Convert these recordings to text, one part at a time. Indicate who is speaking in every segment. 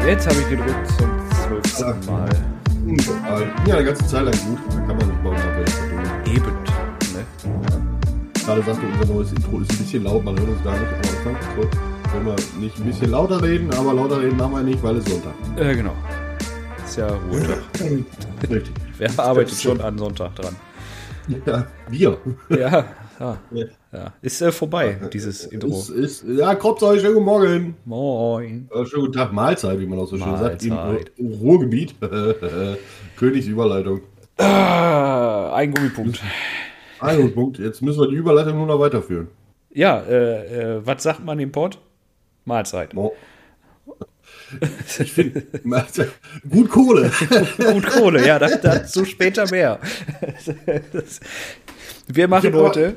Speaker 1: Äh, Jetzt habe ich gedrückt zum zwölften
Speaker 2: So.
Speaker 1: Mal.
Speaker 2: Äh, Ja, eine ganze Zeit lang gut. Dann kann man nicht bauen, aber jetzt
Speaker 1: Eben. Ne?
Speaker 2: Gerade sagst du, unser neues Intro ist ein bisschen laut, man hört uns gar nicht am Anfang. So, wenn wir nicht ein bisschen lauter reden, aber lauter reden machen wir nicht, weil es Sonntag
Speaker 1: Äh, genau. Ist ja Ruhetag.
Speaker 2: ist. Richtig.
Speaker 1: Wer arbeitet schon an Sonntag dran?
Speaker 2: Ja, wir.
Speaker 1: Ja, ja. ja. Ist äh, vorbei, dieses Intro.
Speaker 2: Ist, ist, ja, kommt zu euch, schönen guten Morgen.
Speaker 1: Moin.
Speaker 2: Äh, schönen guten Tag, Mahlzeit, wie man auch so schön sagt. Im
Speaker 1: Mahlzeit.
Speaker 2: Ru- Ruhrgebiet. Königsüberleitung.
Speaker 1: Ah, ein Gummipunkt.
Speaker 2: Ein Punkt. Jetzt müssen wir die Überleitung nur noch weiterführen.
Speaker 1: Ja, äh, äh, was sagt man im Pott? Mahlzeit.
Speaker 2: Mo- Gut Kohle.
Speaker 1: Gut Kohle, ja, das- dazu später mehr. Das, wir machen
Speaker 2: Genau.
Speaker 1: heute,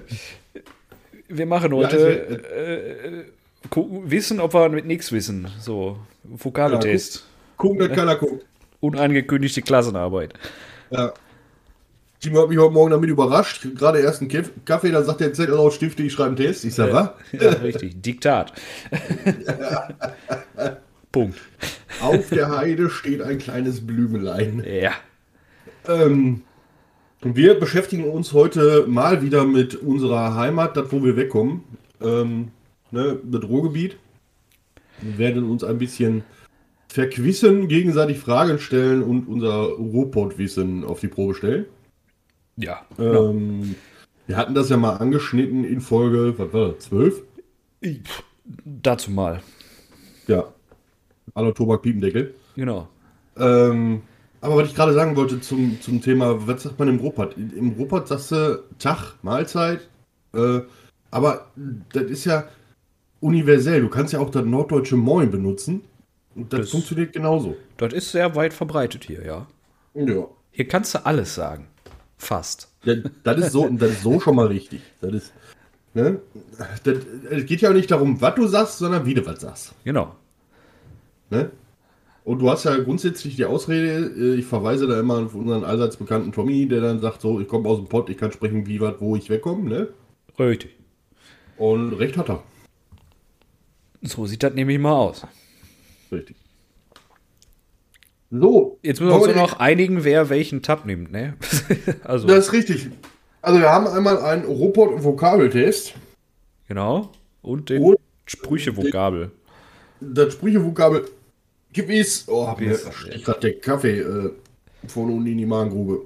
Speaker 1: wir machen heute,
Speaker 2: also,
Speaker 1: äh, gucken, wissen, ob wir mit nichts wissen. So, Vokabeltest.
Speaker 2: Gucken, dass keiner guckt.
Speaker 1: Unangekündigte Klassenarbeit.
Speaker 2: Ja. Timo hat mich heute Morgen damit überrascht. Gerade erst einen Kiff- Kaffee, dann sagt er, zählt auch Stifte, ich schreibe einen Test. Ich sag, was?
Speaker 1: Ja, richtig. Diktat. Punkt.
Speaker 2: Auf der Heide steht ein kleines Blümelein.
Speaker 1: Ja.
Speaker 2: Ähm, wir beschäftigen uns heute mal wieder mit unserer Heimat, das wo wir wegkommen. Ähm, ne, das Ruhrgebiet. Wir werden uns ein bisschen verquissen, gegenseitig Fragen stellen und unser Ruhrpott-Wissen auf die Probe stellen.
Speaker 1: Ja.
Speaker 2: Ähm, wir hatten das ja mal angeschnitten in Folge, was war das, 12?
Speaker 1: Pff, Dazu mal.
Speaker 2: Ja. Hallo Tobak Piependeckel.
Speaker 1: Genau.
Speaker 2: Ähm, aber was ich gerade sagen wollte zum, zum Thema, was sagt man im Ruppert? Im Ruppert sagst du Tag, Mahlzeit, äh, aber das ist ja universell. Du kannst ja auch das norddeutsche Moin benutzen und das,
Speaker 1: Das-
Speaker 2: funktioniert genauso.
Speaker 1: Das ist sehr weit verbreitet hier, ja.
Speaker 2: Ja.
Speaker 1: Hier kannst du alles sagen. Fast.
Speaker 2: Das, das, ist so, das ist so schon mal richtig. Das ist, ne? das, es geht ja auch nicht darum, was du sagst, sondern wie du was sagst.
Speaker 1: Genau.
Speaker 2: Ne? Und du hast ja grundsätzlich die Ausrede, äh, ich verweise da immer auf unseren allseits bekannten Tommy, der dann sagt so, ich komme aus dem Pott, ich kann sprechen, wie was, wo ich wegkomme, ne?
Speaker 1: Richtig.
Speaker 2: Und recht hat er.
Speaker 1: So sieht das nämlich mal aus.
Speaker 2: Richtig. So.
Speaker 1: Jetzt müssen wir uns
Speaker 2: Wollen
Speaker 1: nur noch einigen, wer welchen Tab nimmt, ne? also,
Speaker 2: Das ist richtig. Also wir haben einmal einen Robot-Vokabeltest.
Speaker 1: genau. Und den
Speaker 2: Und-
Speaker 1: Sprüchevokabel.
Speaker 2: Das Sprüchevokabel gewiss. Oh, hab mir
Speaker 1: Gewiss.
Speaker 2: ich grad der Kaffee äh, von unten in die Magengrube.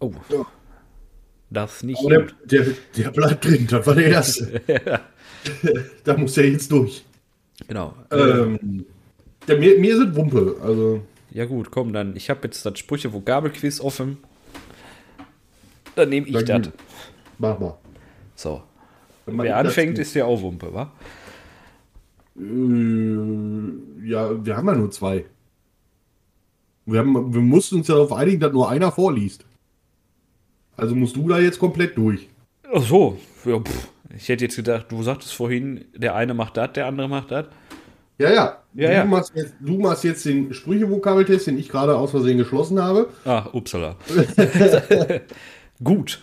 Speaker 1: Oh.
Speaker 2: Ja.
Speaker 1: Das nicht.
Speaker 2: Aber der, der, der bleibt drin, das war der erste. da muss er jetzt durch.
Speaker 1: Genau.
Speaker 2: Ähm, der, mir, mir sind Wumpe. Also,
Speaker 1: Ja gut, komm dann. Ich habe jetzt das Sprüche-Vokabel-Quiz offen. Dann nehme ich
Speaker 2: Dann
Speaker 1: das.
Speaker 2: mach mal.
Speaker 1: So.
Speaker 2: Wenn man
Speaker 1: Wer
Speaker 2: das-
Speaker 1: anfängt, ist ja auch Wumpe, wa?
Speaker 2: Äh, ja, wir haben ja nur zwei. Wir, haben, wir mussten uns ja darauf einigen, dass nur einer vorliest. Also musst du da jetzt komplett durch.
Speaker 1: Ach so. Ja, pff. Ich hätte jetzt gedacht, du sagtest vorhin, der eine macht das, der andere macht das.
Speaker 2: Ja, ja.
Speaker 1: Ja,
Speaker 2: du,
Speaker 1: ja.
Speaker 2: Machst jetzt, du machst jetzt den Sprüchevokabeltest, den ich gerade aus Versehen geschlossen habe.
Speaker 1: Ah, upsala. gut.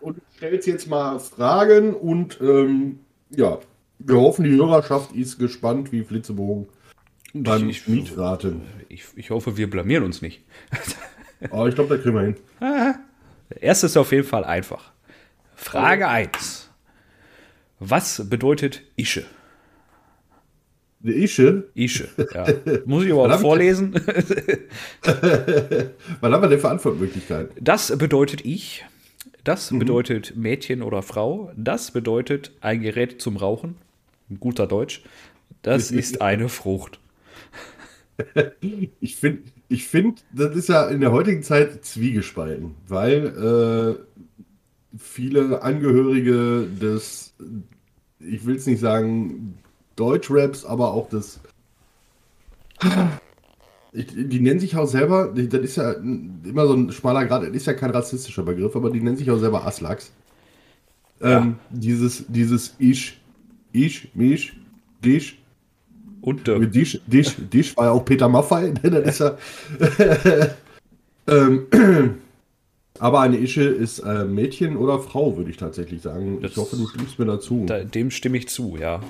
Speaker 2: Und stellst jetzt mal Fragen und ähm, ja, wir hoffen, die Hörerschaft ist gespannt wie Flitzebogen beim
Speaker 1: ich-
Speaker 2: Mietraten.
Speaker 1: Ich, ich hoffe, wir blamieren uns nicht.
Speaker 2: Aber ich glaube, da kriegen wir hin.
Speaker 1: Erst ist auf jeden Fall einfach.
Speaker 2: Oh.
Speaker 1: Frage 1. Was bedeutet Ische?
Speaker 2: Der Ische,
Speaker 1: Ische, ja. Muss ich überhaupt
Speaker 2: Verdammt.
Speaker 1: vorlesen?
Speaker 2: wann haben wir denn Verantwortlichkeiten?
Speaker 1: Das bedeutet ich. Das
Speaker 2: Mhm.
Speaker 1: bedeutet Mädchen oder Frau. Das bedeutet ein Gerät zum Rauchen. In guter Deutsch. Das ist eine Frucht.
Speaker 2: Ich finde, ich find, das ist ja in der heutigen Zeit zwiegespalten, weil äh, viele Angehörige des, ich will es nicht sagen, Deutschraps, aber auch des. Ich, die nennen sich auch selber, die- das ist ja immer so ein schmaler Grad, das ist ja kein rassistischer Begriff, aber die nennen sich auch selber Aslaks. Ähm, dieses, dieses Ich, Ich, Mich, Dich,
Speaker 1: Und äh,
Speaker 2: mit Dish, Dish, Dish war ja auch Peter Maffei, ne, dann ist er. ähm, aber eine Ische ist äh, Mädchen oder Frau, würde ich tatsächlich sagen.
Speaker 1: Das-
Speaker 2: ich hoffe, du stimmst mir dazu.
Speaker 1: da, dem stimme ich zu, ja.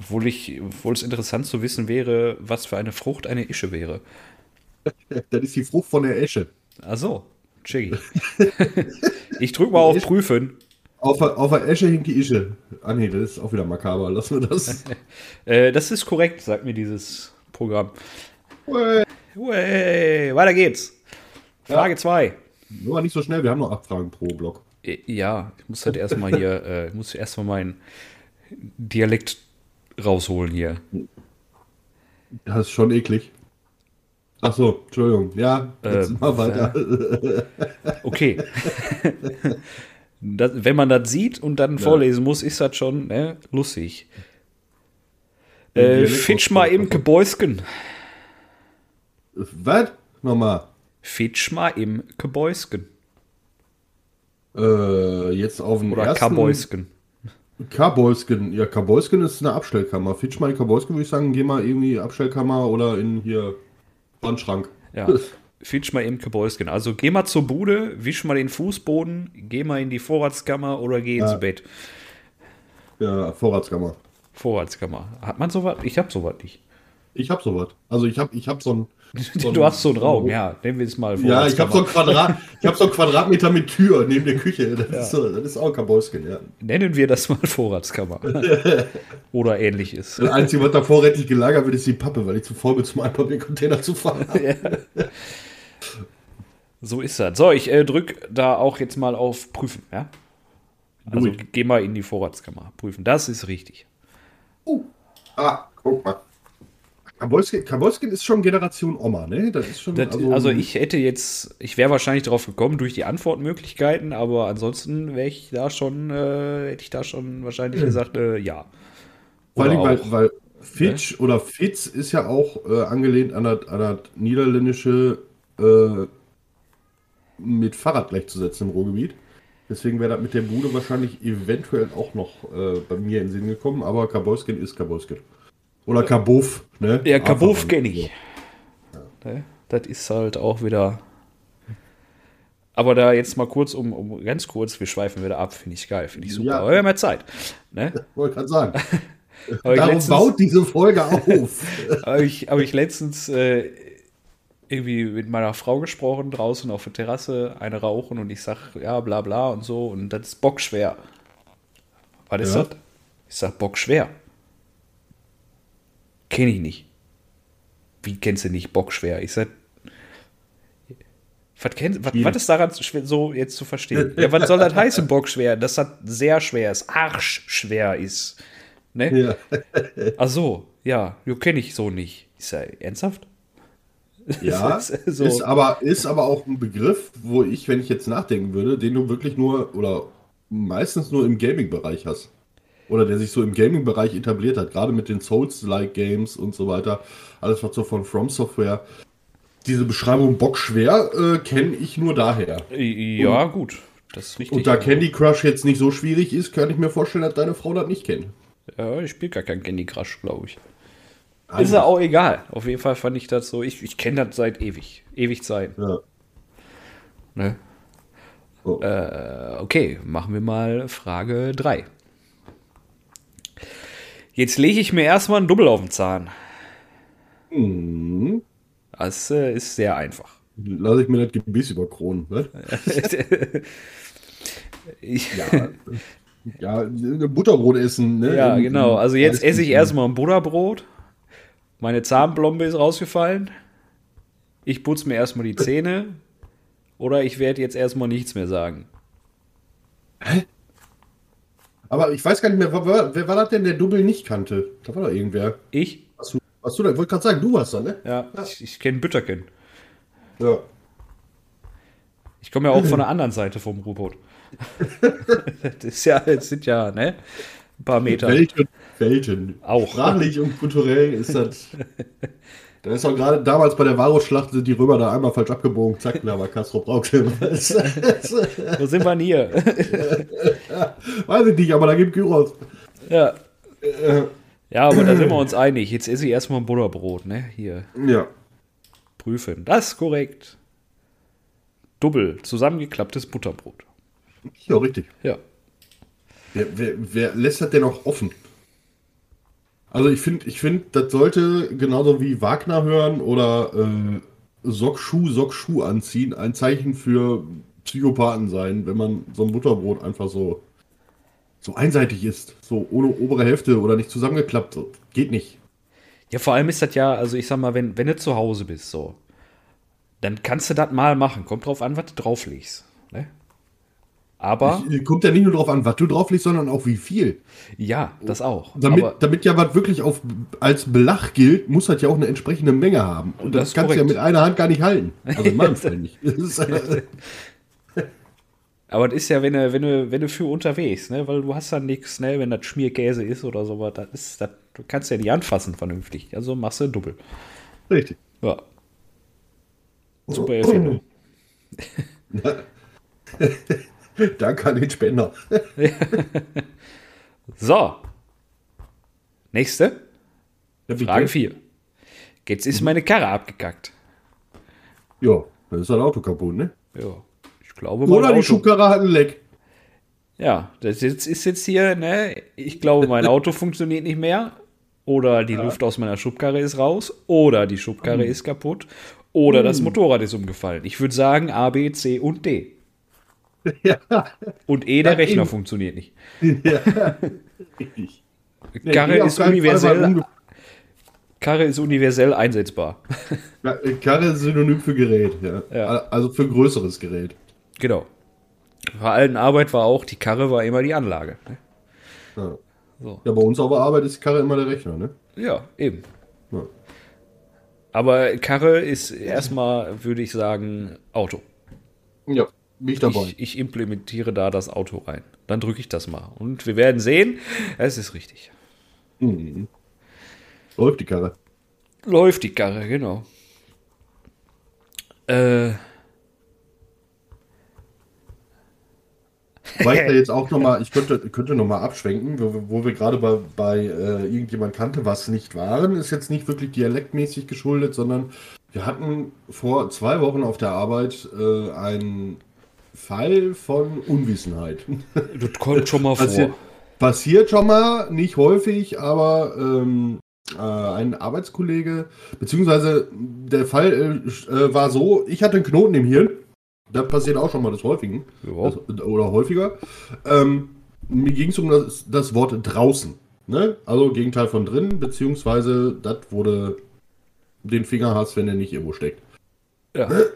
Speaker 1: Obwohl, ich, obwohl es interessant zu wissen wäre, was für eine Frucht eine Ische wäre.
Speaker 2: Das ist die Frucht von der Esche.
Speaker 1: Ach so, Chiggy. ich drück mal auf
Speaker 2: Ische.
Speaker 1: Prüfen.
Speaker 2: Auf, der- auf der Esche hinkt die Ische. Ah nee, das ist auch wieder makaber. Lassen wir das.
Speaker 1: Äh, das ist korrekt, sagt mir dieses Programm.
Speaker 2: Ui.
Speaker 1: Way, weiter geht's. Frage 2.
Speaker 2: Nur mal nicht so schnell, wir haben noch acht Fragen pro Block.
Speaker 1: Äh, Ja. ich muss halt erstmal hier, äh, ich muss erstmal meinen Dialekt rausholen hier.
Speaker 2: Das ist schon eklig. Ach so, Entschuldigung. Ja, jetzt
Speaker 1: Ähm,
Speaker 2: mal weiter.
Speaker 1: Okay. das, wenn man das sieht und dann vorlesen muss, ist das schon ne, lustig. Äh,
Speaker 2: Dialekt
Speaker 1: Fitsch mal
Speaker 2: ausdrücken.
Speaker 1: im Gebäusken.
Speaker 2: Was? Nochmal.
Speaker 1: Fitsch mal im Gebäusken.
Speaker 2: Äh, jetzt auf den
Speaker 1: Oder
Speaker 2: ersten...
Speaker 1: Kabäusken.
Speaker 2: Karbolsken. Ja, Karbolsken ist eine Abstellkammer. Fitschmann in Karbolsken würde ich sagen, geh mal irgendwie Abstellkammer oder in hier Wandschrank.
Speaker 1: Ja. Fitsch mal im Gebäusken. Also geh mal zur Bude, wisch mal den Fußboden, geh mal in die Vorratskammer oder geh ins
Speaker 2: Ja.
Speaker 1: Bett.
Speaker 2: Ja, Vorratskammer.
Speaker 1: Vorratskammer. Hat man sowas? Ich hab sowas nicht.
Speaker 2: Ich hab sowas. Also ich hab, ich hab so ein. so ein-
Speaker 1: Du hast so einen Raum, ja. Nehmen wir es mal
Speaker 2: Ja, ich hab so ein Quadrat, ich hab so ein Quadratmeter mit Tür neben der Küche. Das, ist, so, das ist auch Karbolsken, ja.
Speaker 1: Nennen wir das mal Vorratskammer. oder ähnliches.
Speaker 2: Das Einzige, was da vorrätig gelagert wird, ist die Pappe, weil ich zu faul bin, zum Altpapiercontainer zu fahren.
Speaker 1: So ist das. So, ich äh, drück da auch jetzt mal auf Prüfen, ja? Also
Speaker 2: it.
Speaker 1: geh mal in die Vorratskammer. Prüfen. Das ist richtig.
Speaker 2: Uh, ah, guck mal. Karbolsken, Karbolsken ist schon Generation Oma, ne? Das ist schon.
Speaker 1: Das, also, ich hätte jetzt, ich wäre wahrscheinlich darauf gekommen durch die Antwortmöglichkeiten, aber ansonsten wäre ich da schon, äh, hätte ich da schon wahrscheinlich gesagt, äh, ja.
Speaker 2: Vor
Speaker 1: Oder
Speaker 2: allem, weil,
Speaker 1: auch. ne?
Speaker 2: weil Fitch oder Fitz ist ja auch äh, angelehnt an das, an das niederländische äh, mit Fahrrad gleichzusetzen im Ruhrgebiet. Deswegen wäre das mit der Bude wahrscheinlich eventuell auch noch äh, bei mir in den Sinn gekommen, aber Kaboskin ist Kaboskin. Oder Kabuff, ne?
Speaker 1: Ja,
Speaker 2: Einfach
Speaker 1: Kabuff
Speaker 2: mal.
Speaker 1: kenne ich. Ne? Das ist halt auch wieder. Aber da jetzt mal kurz, um, um ganz kurz, wir schweifen wieder ab, finde ich geil, finde ich super.
Speaker 2: Ja.
Speaker 1: Aber wir haben ja Zeit. Ne?
Speaker 2: Wollte gerade sagen.
Speaker 1: Aber ich
Speaker 2: Darum
Speaker 1: letztens-
Speaker 2: baut diese Folge auf.
Speaker 1: Habe ich, hab ich letztens äh, irgendwie mit meiner Frau gesprochen, draußen auf der Terrasse, eine rauchen und ich sag, ja, bla bla und so, und das ist bockschwer. Was ist
Speaker 2: Ja.
Speaker 1: das? Ich sag, bockschwer. Kenn ich nicht. Wie kennst du nicht bockschwer? Ich sag, was, kenn, was, was ist daran so schwer- so jetzt zu verstehen? Ja, was soll das heißen, bockschwer? Dass das sehr schwer ist, arschschwer ist. Ne?
Speaker 2: ja.
Speaker 1: Ach so, ja, jo, kenne ich so nicht. Ich sag, ernsthaft?
Speaker 2: Ja,
Speaker 1: Das
Speaker 2: ist,
Speaker 1: ist so.
Speaker 2: aber, ist aber auch ein Begriff, wo ich, wenn ich jetzt nachdenken würde, den du wirklich nur oder meistens nur im Gaming-Bereich hast. Oder der sich so im Gaming-Bereich etabliert hat, gerade mit den Souls-like-Games und so weiter. Alles was so von From Software. Diese Beschreibung bockschwer äh, kenne ich nur daher.
Speaker 1: Ja, gut, das ist richtig.
Speaker 2: Und da Candy Crush jetzt nicht so schwierig ist, kann ich mir vorstellen, dass deine Frau das nicht kennt.
Speaker 1: ja, ich spiele gar kein Candy Crush, glaube ich.
Speaker 2: Eigentlich.
Speaker 1: Ist ja auch egal. Auf jeden Fall fand ich das so. Ich, ich kenne das seit ewig. Ewig Zeit.
Speaker 2: Ja.
Speaker 1: Ne?
Speaker 2: So.
Speaker 1: Äh, okay, machen wir mal Frage 3. Jetzt lege ich mir erstmal einen Double auf den Zahn.
Speaker 2: Hm,
Speaker 1: Das äh, ist sehr einfach.
Speaker 2: lass ich mir das Gebiss überkronen. Ne?
Speaker 1: Ich,
Speaker 2: Ja, ja Butterbrot essen. Ne?
Speaker 1: Ja,
Speaker 2: Im-
Speaker 1: genau.
Speaker 2: im
Speaker 1: Also jetzt esse ich
Speaker 2: Eis-
Speaker 1: erstmal ein Butterbrot. Meine Zahnplombe ist rausgefallen. Ich putze mir erstmal die Zähne. Oder ich werde jetzt erstmal nichts mehr sagen.
Speaker 2: Aber ich weiß gar nicht mehr, wer, wer, wer war das denn, der Double nicht kannte? Da war doch irgendwer.
Speaker 1: Ich?
Speaker 2: Hast du, hast du da, ich wollte gerade sagen, du warst da, ne?
Speaker 1: Ja, ich, ich kenne Bütterken.
Speaker 2: Ja.
Speaker 1: Ich komme ja auch von der anderen Seite vom Robot. das ist ja, das sind ja, ne? Ein paar Meter.
Speaker 2: Welten, Welten.
Speaker 1: Auch.
Speaker 2: Sprachlich und kulturell ist das. Da ist doch gerade damals bei der Varusschlacht sind die Römer da einmal falsch abgebogen. Zack, da war Castro Brauxel. Weiß
Speaker 1: Wo sind wir denn hier?
Speaker 2: ich nicht, aber da gibt Gyros.
Speaker 1: ja. ja, aber da sind wir uns einig. Jetzt esse ich erstmal ein Butterbrot, ne? Hier.
Speaker 2: Ja.
Speaker 1: Prüfen. Das ist korrekt. Double, zusammengeklapptes Butterbrot.
Speaker 2: Ja, richtig.
Speaker 1: Ja.
Speaker 2: Wer, wer, wer lässt das denn auch offen? Also ich finde, ich find, das sollte genauso wie Wagner hören oder äh, Sockschuh, Sockschuh anziehen, ein Zeichen für Psychopathen sein, wenn man so ein Butterbrot einfach so, so einseitig isst. So ohne obere Hälfte oder nicht zusammengeklappt. So, Geht nicht.
Speaker 1: Ja, vor allem ist das ja, also ich sag mal, wenn, wenn du zu Hause bist, so, dann kannst du das mal machen. Kommt drauf an, was du drauflegst. Ne? Aber
Speaker 2: Ich- Kommt ja nicht nur darauf an, was du drauflegst, sondern auch wie viel.
Speaker 1: ja, das auch.
Speaker 2: Damit,
Speaker 1: Aber,
Speaker 2: damit ja was wirklich auf, als Belach gilt, muss das ja auch eine entsprechende Menge haben. Und
Speaker 1: Das
Speaker 2: das,
Speaker 1: ist
Speaker 2: kannst du ja
Speaker 1: korrekt.
Speaker 2: mit einer Hand gar nicht halten. Also in meinem Fall nicht. Das ist, äh,
Speaker 1: aber das ist ja, wenn du, wenn du, wenn du für unterwegs, ne? Weil du hast dann nichts, ne, wenn das Schmierkäse ist oder sowas, das ist das, du kannst ja nicht anfassen vernünftig. Also machst du doppelt.
Speaker 2: richtig.
Speaker 1: Ja. Super Erfindung.
Speaker 2: Danke an den Spender.
Speaker 1: So. Nächste. Frage
Speaker 2: Ja,
Speaker 1: 4. Jetzt
Speaker 2: Mhm.
Speaker 1: ist meine Karre abgekackt.
Speaker 2: dann ist das Auto kaputt, ne?
Speaker 1: Ja. Ich glaube mein
Speaker 2: Oder die
Speaker 1: Auto.
Speaker 2: Schubkarre hat ein Leck.
Speaker 1: Ja, das jetzt ist jetzt hier, ne? Ich glaube, mein Auto funktioniert nicht mehr. Oder die Luft aus meiner Schubkarre ist raus. Oder die Schubkarre
Speaker 2: Mhm.
Speaker 1: ist kaputt. Oder das Motorrad ist umgefallen. Ich würde sagen A, B, C und D.
Speaker 2: Ja,
Speaker 1: Und E, der
Speaker 2: Ja,
Speaker 1: Rechner
Speaker 2: eben.
Speaker 1: funktioniert nicht.
Speaker 2: richtig.
Speaker 1: Karre,
Speaker 2: Nee, auf
Speaker 1: ist
Speaker 2: keinen Fall war
Speaker 1: universell,
Speaker 2: umge-
Speaker 1: Karre ist universell einsetzbar.
Speaker 2: Ja, äh, Karre ist Synonym für Gerät, ja.
Speaker 1: Ja.
Speaker 2: Also für größeres Gerät.
Speaker 1: genau. Bei allen Arbeit war auch, die Karre war immer die Anlage. Ne?
Speaker 2: Ja.
Speaker 1: So.
Speaker 2: ja, bei uns auf der Arbeit ist die Karre immer der Rechner, ne?
Speaker 1: Ja, eben.
Speaker 2: Ja.
Speaker 1: Aber Karre ist erstmal, würde ich sagen, Auto.
Speaker 2: Ja, bin ich
Speaker 1: Ich, ich implementiere da das Auto rein. Dann drücke ich das mal. Und wir werden sehen, es ist richtig.
Speaker 2: Mhm. Läuft die Karre.
Speaker 1: Läuft die Karre, genau. Äh,
Speaker 2: Weil ich da jetzt auch nochmal, ich könnte, könnte nochmal abschwenken, wo, wo wir gerade bei, bei äh, irgendjemand kannte, was nicht waren, ist jetzt nicht wirklich dialektmäßig geschuldet, sondern wir hatten vor zwei Wochen auf der Arbeit äh, einen Fall von Unwissenheit.
Speaker 1: das kommt schon mal
Speaker 2: Passiert,
Speaker 1: vor.
Speaker 2: passiert schon mal, nicht häufig, aber ähm, äh, ein Arbeitskollege, beziehungsweise der Fall äh, sch- äh, war so, ich hatte einen Knoten im Hirn. Das passiert auch schon mal des Häufigen
Speaker 1: Ja.
Speaker 2: das, oder häufiger. Ähm, mir ging es um das, das Wort draußen. Ne? Also Gegenteil von drinnen, beziehungsweise das wurde den Finger hast, wenn er nicht irgendwo steckt.
Speaker 1: Ja.
Speaker 2: also,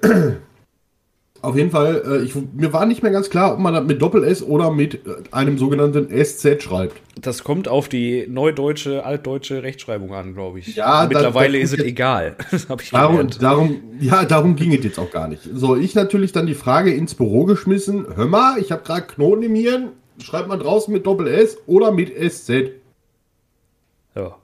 Speaker 2: Auf jeden Fall, äh, ich, mir war nicht mehr ganz klar, ob man das mit Doppel-S oder mit äh, einem sogenannten SZ schreibt.
Speaker 1: Das kommt auf die neudeutsche, altdeutsche Rechtschreibung an, glaube ich.
Speaker 2: Ja,
Speaker 1: Und Mittlerweile
Speaker 2: da- da-
Speaker 1: ist es egal. Das habe ich
Speaker 2: Darum,
Speaker 1: gelernt.
Speaker 2: darum, ja, darum ging es jetzt auch gar nicht. So, ich natürlich dann die Frage ins Büro geschmissen. Hör mal, ich habe gerade Knoten im Hirn. Schreibt man draußen mit Doppel-S oder mit SZ?
Speaker 1: Ja.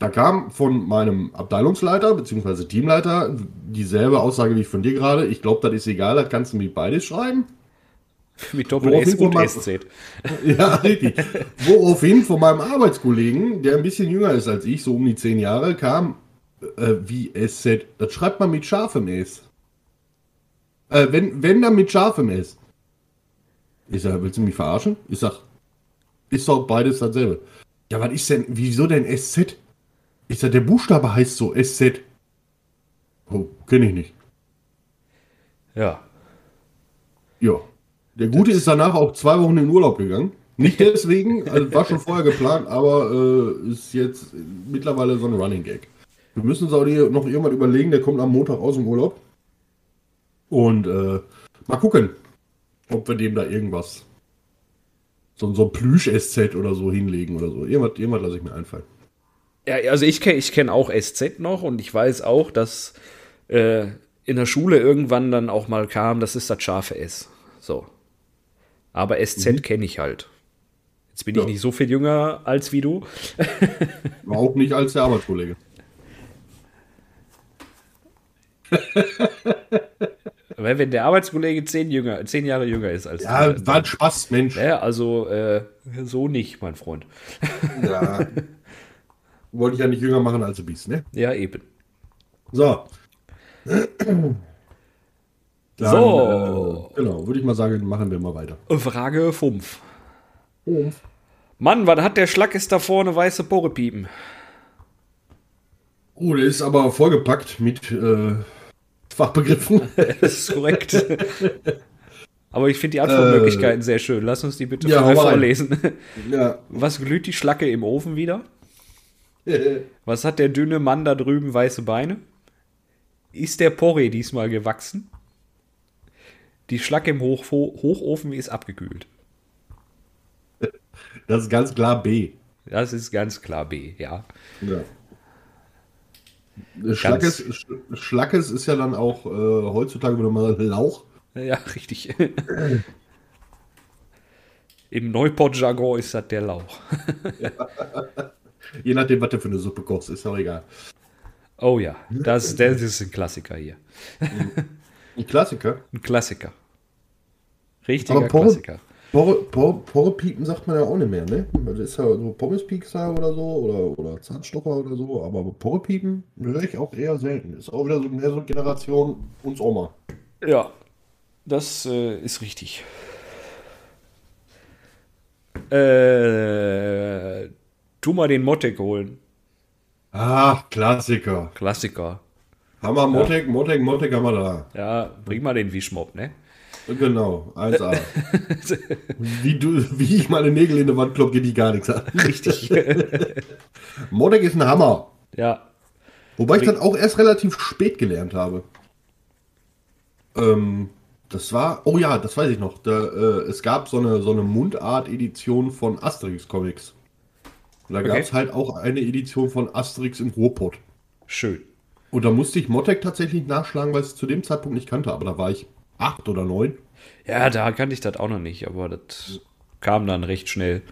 Speaker 2: Da kam von meinem Abteilungsleiter bzw. Teamleiter dieselbe Aussage wie von dir gerade. Ich glaube, das ist egal, das kannst du mit beides schreiben.
Speaker 1: Mit Doppel-S
Speaker 2: Woraufhin
Speaker 1: und
Speaker 2: man-
Speaker 1: SZ.
Speaker 2: Ja, richtig. Woraufhin von meinem Arbeitskollegen, der ein bisschen jünger ist als ich, so um die zehn Jahre, kam, äh, wie SZ, das schreibt man mit scharfem S. Äh, wenn, wenn dann mit scharfem S. Ich sag, willst du mich verarschen? Ich sag, ist doch beides dasselbe. Ja, was ist denn, wieso denn SZ? Ich sag, der Buchstabe heißt so SZ. Oh, kenne ich nicht.
Speaker 1: Ja.
Speaker 2: Ja. Der Gute ist danach auch zwei Wochen in Urlaub gegangen. Nicht deswegen, also war schon vorher geplant, aber äh, ist jetzt mittlerweile so ein Running Gag. Wir müssen uns auch hier noch irgendwann überlegen, der kommt am Montag aus dem Urlaub. Und äh, mal gucken, ob wir dem da irgendwas, so, so ein Plüsch-SZ oder so hinlegen oder so. Irgendwas, irgendwas lasse ich mir einfallen.
Speaker 1: Ja, also ich kenne ich kenn auch SZ noch und ich weiß auch, dass äh, in der Schule irgendwann dann auch mal kam, das ist das scharfe S. So. Aber SZ kenne ich halt. Jetzt bin ich
Speaker 2: Mhm. Ja.
Speaker 1: nicht so viel jünger als wie du.
Speaker 2: War Auch nicht als der Arbeitskollege.
Speaker 1: Aber wenn der Arbeitskollege zehn, jünger, zehn Jahre jünger ist als
Speaker 2: Ja,
Speaker 1: du.
Speaker 2: war ein Spaß, Mensch.
Speaker 1: Ja, also äh, so nicht, mein Freund.
Speaker 2: Ja. Wollte ich ja nicht jünger machen, als du bist, ne?
Speaker 1: Ja, eben.
Speaker 2: So. Dann,
Speaker 1: So.
Speaker 2: Äh, genau, würde ich mal sagen, machen wir mal weiter.
Speaker 1: Frage 5. Mann, wann hat der Schlack ist da vorne weiße Porepiepen?
Speaker 2: Oh, der ist aber vollgepackt mit äh, Fachbegriffen.
Speaker 1: Das ist korrekt. Aber ich finde die Antwortmöglichkeiten sehr schön. Lass uns die bitte
Speaker 2: Ja,
Speaker 1: mal
Speaker 2: hau rein.
Speaker 1: vorlesen.
Speaker 2: ja.
Speaker 1: Was glüht die Schlacke im Ofen wieder? Was hat der dünne Mann da drüben weiße Beine? Ist der Porree diesmal gewachsen? Die Schlacke im Hochfo- Hochofen ist abgekühlt.
Speaker 2: Das ist ganz klar B.
Speaker 1: Das ist ganz klar B, ja.
Speaker 2: Ja. Äh, Schlackes, Sch- Schlackes ist ja dann auch äh, heutzutage wieder mal Lauch.
Speaker 1: Ja, richtig. Im Neuport-Jargon ist das der Lauch.
Speaker 2: Je nachdem, was du für eine Suppe kochst, ist auch egal.
Speaker 1: Oh ja, das, das ist ein Klassiker hier.
Speaker 2: Ein Klassiker.
Speaker 1: Ein Klassiker. Richtiger
Speaker 2: Aber Paul-
Speaker 1: Klassiker.
Speaker 2: Porre, Porre, Porrepiepen sagt man ja auch nicht mehr, ne? Das ist ja so Pommespiekser oder so oder, oder Zahnstocher oder so, aber Porrepiepen höre ich auch eher selten. Ist auch wieder so mehr so Generation uns Oma.
Speaker 1: Ja, das äh, ist richtig. Äh, tu mal den Motek holen.
Speaker 2: Ach, Klassiker.
Speaker 1: Klassiker.
Speaker 2: Hammer, Motek, Motek, Motek haben wir da.
Speaker 1: Ja, bring mal den Wischmob, ne?
Speaker 2: Genau, 1A. wie, du, wie ich meine Nägel in die Wand klopp, geht die gar nichts an.
Speaker 1: Richtig.
Speaker 2: Motek ist ein Hammer.
Speaker 1: ja,
Speaker 2: Wobei ich dann auch erst relativ spät gelernt habe. Ähm, das war, oh ja, das weiß ich noch. Da, äh, es gab so eine, so eine Mundart-Edition von Asterix-Comics. Und da
Speaker 1: Okay.
Speaker 2: gab es halt auch eine Edition von Asterix im Ruhrpott.
Speaker 1: schön.
Speaker 2: Und da musste ich Motek tatsächlich nachschlagen, weil ich es zu dem Zeitpunkt nicht kannte. Aber da war ich acht oder neun.
Speaker 1: Ja, da kannte ich das auch noch nicht, aber das kam dann recht schnell.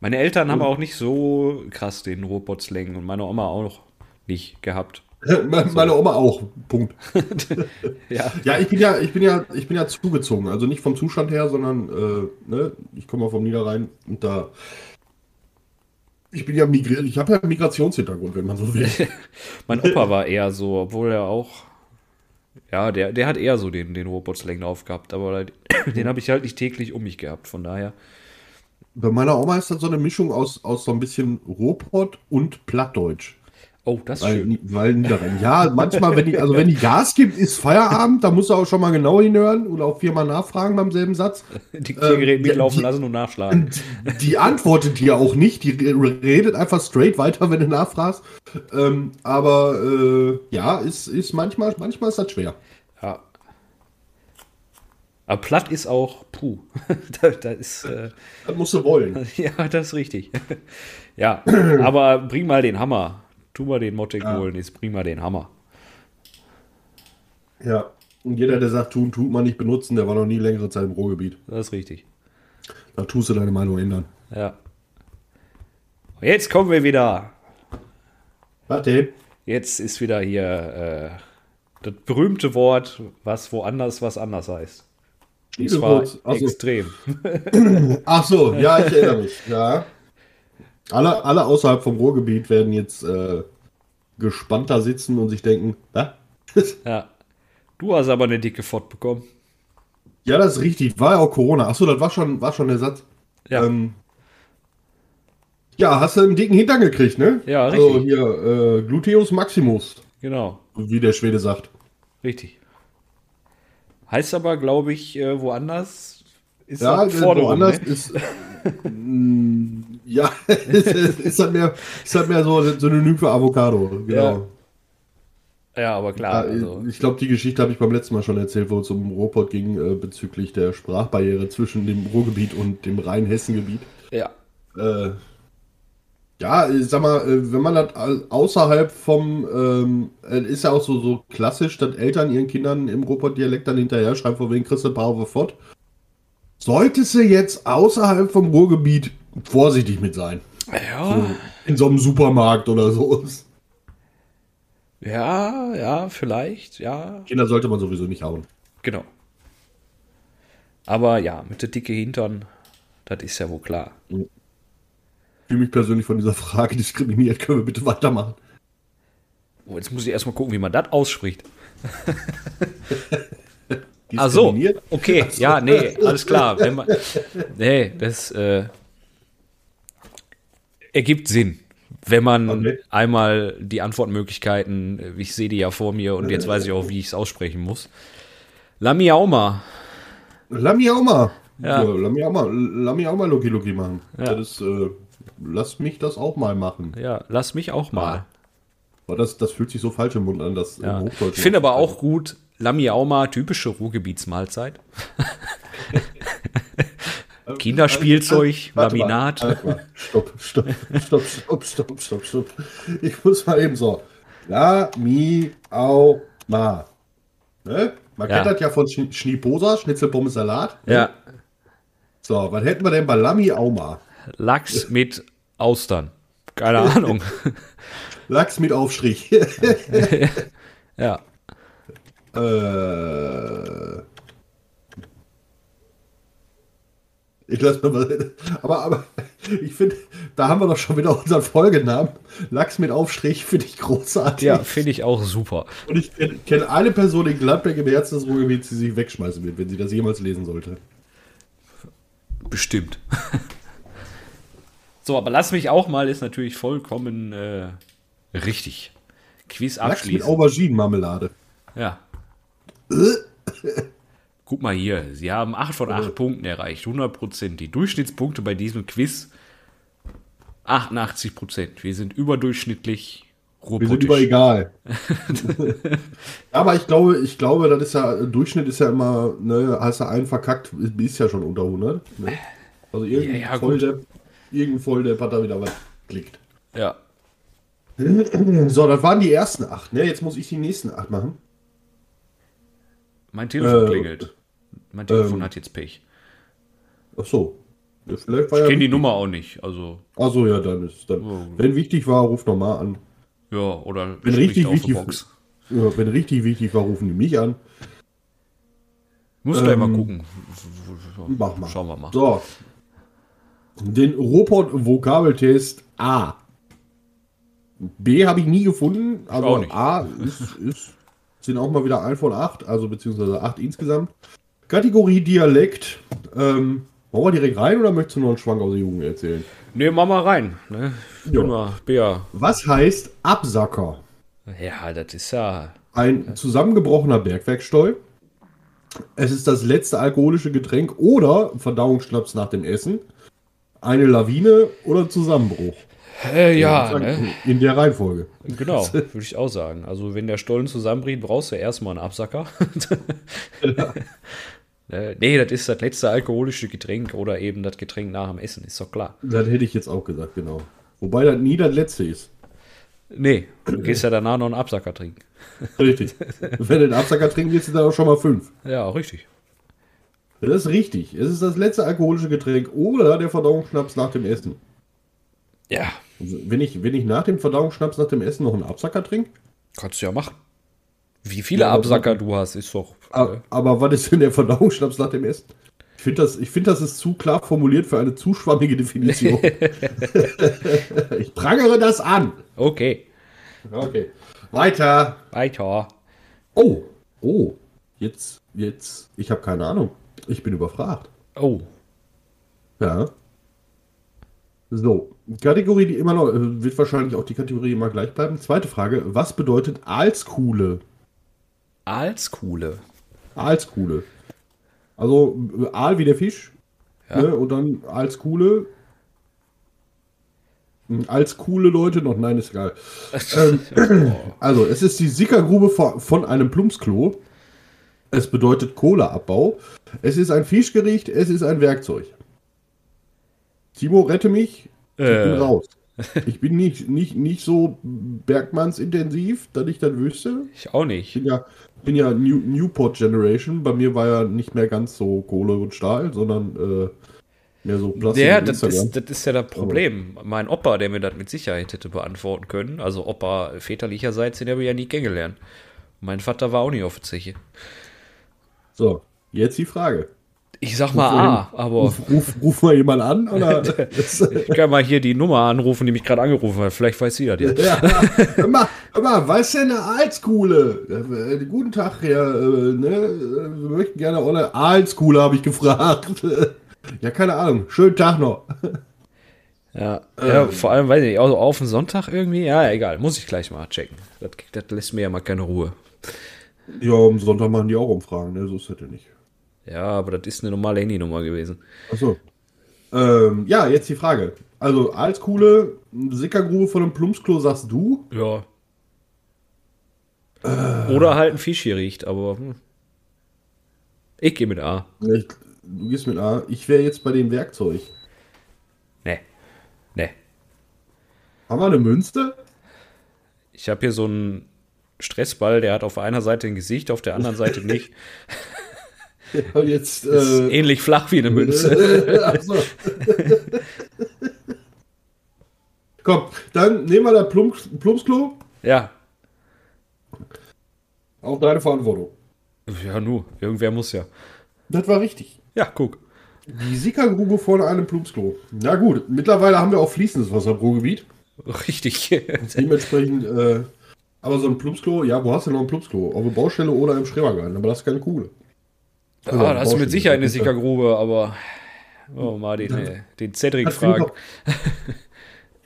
Speaker 1: Meine Eltern haben auch nicht so krass den Robot-Slang und meine Oma auch nicht gehabt.
Speaker 2: Me- Meine Oma auch. Punkt.
Speaker 1: Ja,
Speaker 2: Ja, ich bin ja, ich bin ja, ich bin ja zugezogen. Also nicht vom Zustand her, sondern äh, ne, ich komme ja vom Niederrhein und da. Ich bin ja migriert, ich habe ja einen Migrationshintergrund, wenn man so will.
Speaker 1: Mein Opa war eher so, obwohl er auch. Ja, der, der hat eher so den, den Robot-Slang drauf gehabt, aber den habe ich halt nicht täglich um mich gehabt, von daher.
Speaker 2: Bei meiner Oma ist das so eine Mischung aus, aus so ein bisschen Ruhrpott und Plattdeutsch.
Speaker 1: Oh, das ist schön.
Speaker 2: Weil, weil Niederrhein. Ja, manchmal, wenn die, also wenn die Gas gibt, ist Feierabend, da musst du auch schon mal genau hinhören oder auch viermal nachfragen beim selben Satz.
Speaker 1: Die Klinggeräte
Speaker 2: ähm, ja,
Speaker 1: mitlaufen
Speaker 2: die-
Speaker 1: lassen und nachschlagen.
Speaker 2: Die antwortet dir auch nicht, die re- redet einfach straight weiter, wenn du nachfragst. Ähm, aber äh, ja, ist, ist manchmal, manchmal ist das schwer.
Speaker 1: Ja. Aber platt ist auch, puh. da, da ist, äh,
Speaker 2: Das musst du wollen.
Speaker 1: ja, das ist richtig. ja, aber bring mal den Hammer. Tu mal den Motek holen, jetzt bring mal den Hammer.
Speaker 2: Ja. Und jeder, der sagt, tun, tut man nicht benutzen, der war noch nie längere Zeit im Ruhrgebiet.
Speaker 1: Das ist richtig.
Speaker 2: Da tust du deine Meinung ändern.
Speaker 1: Ja. Jetzt kommen wir wieder
Speaker 2: Warte.
Speaker 1: Jetzt ist wieder hier äh, das berühmte Wort, was woanders was anders heißt. Und zwar
Speaker 2: Schniedelwurz. Ach so.
Speaker 1: extrem.
Speaker 2: Ach so, ja, ich erinnere mich. Ja. Alle, alle außerhalb vom Ruhrgebiet werden jetzt äh, gespannter sitzen und sich denken, "Hä?"
Speaker 1: Ja. Du hast aber eine dicke Fott bekommen.
Speaker 2: ja, das ist richtig, war ja auch Corona. Ach so, das war schon, war schon der Satz.
Speaker 1: Ja,
Speaker 2: Ähm, ja, hast du einen dicken Hintern gekriegt, ne?
Speaker 1: Ja,
Speaker 2: Also
Speaker 1: richtig.
Speaker 2: hier, äh, Gluteus Maximus,
Speaker 1: genau.
Speaker 2: wie der Schwede sagt.
Speaker 1: Richtig. Heißt aber, glaube ich, äh, woanders ist
Speaker 2: Ja, äh,
Speaker 1: das Forderung.
Speaker 2: woanders
Speaker 1: ne?
Speaker 2: ist. Mm, ja, ist, ist, halt mehr, ist halt mehr so ein Synonym für Avocado. Genau.
Speaker 1: Ja, aber klar.
Speaker 2: Ja,
Speaker 1: also,
Speaker 2: Ich glaube, die Geschichte habe ich beim letzten Mal schon erzählt, wo es um Ruhrpott ging, äh, bezüglich der Sprachbarriere zwischen dem Ruhrgebiet und dem Rheinhessengebiet.
Speaker 1: ja.
Speaker 2: äh, ja, ich sag mal, äh, wenn man das au- außerhalb vom, ähm, äh, ist ja auch so, so klassisch, dass Eltern ihren Kindern im Ruhrpott-Dialekt dann hinterher schreiben, von wegen kriegst du ein paar Euro fort. Solltest du jetzt außerhalb vom Ruhrgebiet vorsichtig mit sein.
Speaker 1: ja,
Speaker 2: In so einem Supermarkt oder so.
Speaker 1: ja, ja, vielleicht, ja,
Speaker 2: Kinder sollte man sowieso nicht hauen.
Speaker 1: genau. Aber ja, mit der dicke Hintern, das ist ja wohl klar.
Speaker 2: Ich fühle mich persönlich von dieser Frage diskriminiert. Können wir bitte weitermachen?
Speaker 1: Oh, jetzt muss ich erstmal gucken, wie man das ausspricht. Ach so, okay, ja, nee, alles klar. Wenn man, nee, das äh, ergibt Sinn, wenn man
Speaker 2: Okay.
Speaker 1: einmal die Antwortmöglichkeiten, äh, ich sehe die ja vor mir und jetzt weiß ich auch, wie ich es aussprechen muss. Lamiauma,
Speaker 2: Lamiauma.
Speaker 1: Ja.
Speaker 2: Ja. Lamiauma, Lamiauma Loki Loki machen. Das ist, äh, lass mich das auch mal machen.
Speaker 1: ja, lass mich auch
Speaker 2: Ah,
Speaker 1: mal.
Speaker 2: Aber das, das fühlt sich so falsch im Mund an, das äh, im
Speaker 1: Ja.
Speaker 2: Hochdeutschen.
Speaker 1: Ich finde aber auch gut, Lamiauma, typische Ruhrgebietsmahlzeit.
Speaker 2: Äh,
Speaker 1: Kinderspielzeug,
Speaker 2: äh, warte mal,
Speaker 1: Laminat.
Speaker 2: warte mal. Stopp, stopp, stopp, stopp, stopp, stopp, stopp. Ich muss mal eben so. Lamiauma. Ne? Man
Speaker 1: Ja.
Speaker 2: kennt das ja von Schn- Schniposa, Schnitzelpommes Salat.
Speaker 1: Ja,
Speaker 2: So, was hätten wir denn bei Lamiauma?
Speaker 1: Lachs mit Austern. Keine Ahnung.
Speaker 2: Lachs mit Aufstrich.
Speaker 1: Ja.
Speaker 2: Äh. Ich lasse mir mal. Aber, aber ich finde, da haben wir doch schon wieder unseren Folgenamen. Lachs mit Aufstrich finde ich großartig.
Speaker 1: Ja, finde ich auch super.
Speaker 2: Und ich kenne kenn eine Person in Gladbeck im Herzen des Ruhrgebiets, die sich wegschmeißen wird, wenn sie das jemals lesen sollte.
Speaker 1: Bestimmt. so, aber lass mich auch mal, ist natürlich vollkommen äh, richtig. Quiz
Speaker 2: Lachs mit
Speaker 1: abschließen.
Speaker 2: Auberginenmarmelade.
Speaker 1: Ja. Guck mal hier, Sie haben 8 von
Speaker 2: Äh.
Speaker 1: 8 Punkten erreicht, 100%. Die Durchschnittspunkte bei diesem Quiz 88%. Wir sind überdurchschnittlich
Speaker 2: Wir sind
Speaker 1: robotisch.
Speaker 2: über egal. aber ich glaube, ich glaube, das ist ja, Durchschnitt ist ja immer, ne, hast du einen verkackt, ist ja schon unter 100. Ne? Also irgendein
Speaker 1: Ja, ja, gut.
Speaker 2: Volldepp, irgendein Volldepp hat da wieder was geklickt.
Speaker 1: ja.
Speaker 2: So, das waren die ersten acht, ne? Jetzt muss ich die nächsten acht machen.
Speaker 1: Mein Telefon
Speaker 2: Äh,
Speaker 1: klingelt. Mein Telefon
Speaker 2: ähm,
Speaker 1: hat jetzt Pech.
Speaker 2: Ach so. Ja, Vielleicht war
Speaker 1: Ich
Speaker 2: ja.
Speaker 1: kenne die Nummer auch nicht. Also,
Speaker 2: Achso, ja, dann ist dann.
Speaker 1: Oh.
Speaker 2: Wenn wichtig war, ruf nochmal an.
Speaker 1: ja, oder
Speaker 2: Bin
Speaker 1: spricht
Speaker 2: richtig
Speaker 1: auf die
Speaker 2: wichtig.
Speaker 1: Box.
Speaker 2: Ja, wenn richtig wichtig war, rufen die mich an.
Speaker 1: Muss gleich
Speaker 2: Ähm.
Speaker 1: mal gucken.
Speaker 2: Mach mal.
Speaker 1: Schauen wir mal.
Speaker 2: So. Den Robot-Vokabeltest A. B habe ich nie gefunden,
Speaker 1: auch
Speaker 2: aber
Speaker 1: nicht.
Speaker 2: A ist, ist, sind auch mal wieder 1 von 8, also beziehungsweise 8 insgesamt. Kategorie Dialekt. Ähm, wollen wir direkt rein oder möchtest du noch einen Schwank aus der Jugend erzählen?
Speaker 1: Ne, mach mal rein. Ne? Ich
Speaker 2: Ja.
Speaker 1: Bin mal, bin ja.
Speaker 2: Was heißt Absacker?
Speaker 1: ja, das ist ja.
Speaker 2: Ein zusammengebrochener Bergwerksteu. Es ist das letzte alkoholische Getränk oder Verdauungsschnaps nach dem Essen. Eine Lawine oder Zusammenbruch.
Speaker 1: Äh, ja,
Speaker 2: Sagen,
Speaker 1: ne?
Speaker 2: In der Reihenfolge.
Speaker 1: genau, würde ich auch sagen. Also, wenn der Stollen zusammenbricht, brauchst du erstmal einen Absacker. Ne, nee, das ist das letzte alkoholische Getränk oder eben das Getränk nach dem Essen, ist doch klar.
Speaker 2: Das hätte ich jetzt auch gesagt, genau. Wobei das nie das letzte ist.
Speaker 1: Nee, du gehst ja danach noch einen Absacker trinken.
Speaker 2: Richtig. Wenn du einen Absacker trinken willst, sind da auch schon mal fünf.
Speaker 1: Ja, richtig.
Speaker 2: Das ist richtig. Es ist das letzte alkoholische Getränk oder der Verdauungsschnaps nach dem Essen.
Speaker 1: Ja,
Speaker 2: Also, Wenn ich, wenn ich nach dem Verdauungsschnaps nach dem Essen noch einen Absacker trinke,
Speaker 1: kannst du ja machen. Wie viele
Speaker 2: Ja, aber- Ah.
Speaker 1: Absacker du hast, ist doch. äh,
Speaker 2: a- aber was ist denn der Verdauungsschnaps nach dem Essen? Ich finde, das, ich find, das ist zu klar formuliert für eine zu schwammige Definition. ich prangere das an.
Speaker 1: Okay,
Speaker 2: Okay. Weiter.
Speaker 1: weiter.
Speaker 2: Oh, oh, jetzt, jetzt, ich habe keine Ahnung. Ich bin überfragt.
Speaker 1: Oh,
Speaker 2: Ja. So, Kategorie, die immer noch, äh, wird wahrscheinlich auch die Kategorie immer gleich bleiben. Zweite Frage, was bedeutet Aalskuhle?
Speaker 1: Alskuhle.
Speaker 2: Aalskuhle. Also äh, Aal wie der Fisch, ne, und dann Aalskuhle. Hm, Aalskuhle Leute noch, nein, ist egal. Ähm, Also, es ist die Sickergrube vo- von einem Plumpsklo. Es bedeutet Kohleabbau. Es ist ein Fischgericht, es ist ein Werkzeug. Timo, rette mich. Ich bin
Speaker 1: Äh.
Speaker 2: raus. Ich bin nicht, nicht, nicht so Bergmannsintensiv, dass ich das wüsste.
Speaker 1: Ich auch
Speaker 2: Ich
Speaker 1: nicht.
Speaker 2: bin ja, bin ja New, Newport Generation. Bei mir war ja nicht mehr ganz so Kohle und Stahl, sondern äh, mehr so Plastik.
Speaker 1: Ja,
Speaker 2: und
Speaker 1: das
Speaker 2: Instagram.
Speaker 1: ist, das ist ja das Problem. Mein Opa, der mir das mit Sicherheit hätte beantworten können, also Opa väterlicherseits, den habe ich ja nie kennengelernt. Mein Vater war auch nicht auf der Zeche.
Speaker 2: so, jetzt die Frage.
Speaker 1: Ich sag mal A, Ah, aber
Speaker 2: Ruf, ruf, ruf mal jemand an oder?
Speaker 1: ich kann mal hier die Nummer anrufen, die mich gerade angerufen hat. Vielleicht weiß sie das ja.
Speaker 2: Ja, mach, Aber was ist denn eine Aalskule? Äh, guten Tag, Herr. Äh, ne? äh, Wir möchten gerne eure Aalskule, habe ich gefragt. ja, keine Ahnung. Schönen Tag noch.
Speaker 1: Ja, ja vor allem, weiß ich nicht, auch so auf den Sonntag irgendwie. Ja, egal, muss ich gleich mal checken. Das, das lässt mir ja mal keine Ruhe.
Speaker 2: Ja, am Sonntag machen die auch Umfragen, ne? So ist das ja nicht.
Speaker 1: Ja, aber das ist eine normale Handynummer gewesen.
Speaker 2: Achso. Ähm, ja, jetzt die Frage. Also, Aalskule, Sickergrube von einem Plumpsklo, sagst du?
Speaker 1: Ja. Oder halt ein Fisch hier riecht, aber. Hm. Ich gehe mit A.
Speaker 2: Ich, du gehst mit A. Ich wäre jetzt bei dem Werkzeug.
Speaker 1: Nee. Nee.
Speaker 2: Haben wir eine Münze?
Speaker 1: Ich habe hier so einen Stressball, der hat auf einer Seite ein Gesicht, auf der anderen Seite nicht.
Speaker 2: Ja, jetzt.
Speaker 1: Ist
Speaker 2: Äh,
Speaker 1: ähnlich flach wie eine Münze.
Speaker 2: Achso. Komm, dann nehmen wir das Plumps Plumpsklo.
Speaker 1: Ja.
Speaker 2: Auch deine Verantwortung.
Speaker 1: Ja, nu. Irgendwer muss ja.
Speaker 2: Das war richtig.
Speaker 1: Ja, guck.
Speaker 2: Die Sickergrube vor einem Plumpsklo. Na gut, mittlerweile haben wir auch fließendes Wasser pro Gebiet.
Speaker 1: Richtig.
Speaker 2: Dementsprechend, äh, aber so ein Plumpsklo, ja, wo hast du denn noch ein Plumpsklo? Auf der Baustelle oder im Schrebergarten, aber das ist keine Kuhle.
Speaker 1: ah, das ist mit Sicherheit eine Sickergrube, aber. Oh, mal den, äh, den Cedric
Speaker 2: Das klingt
Speaker 1: fragen.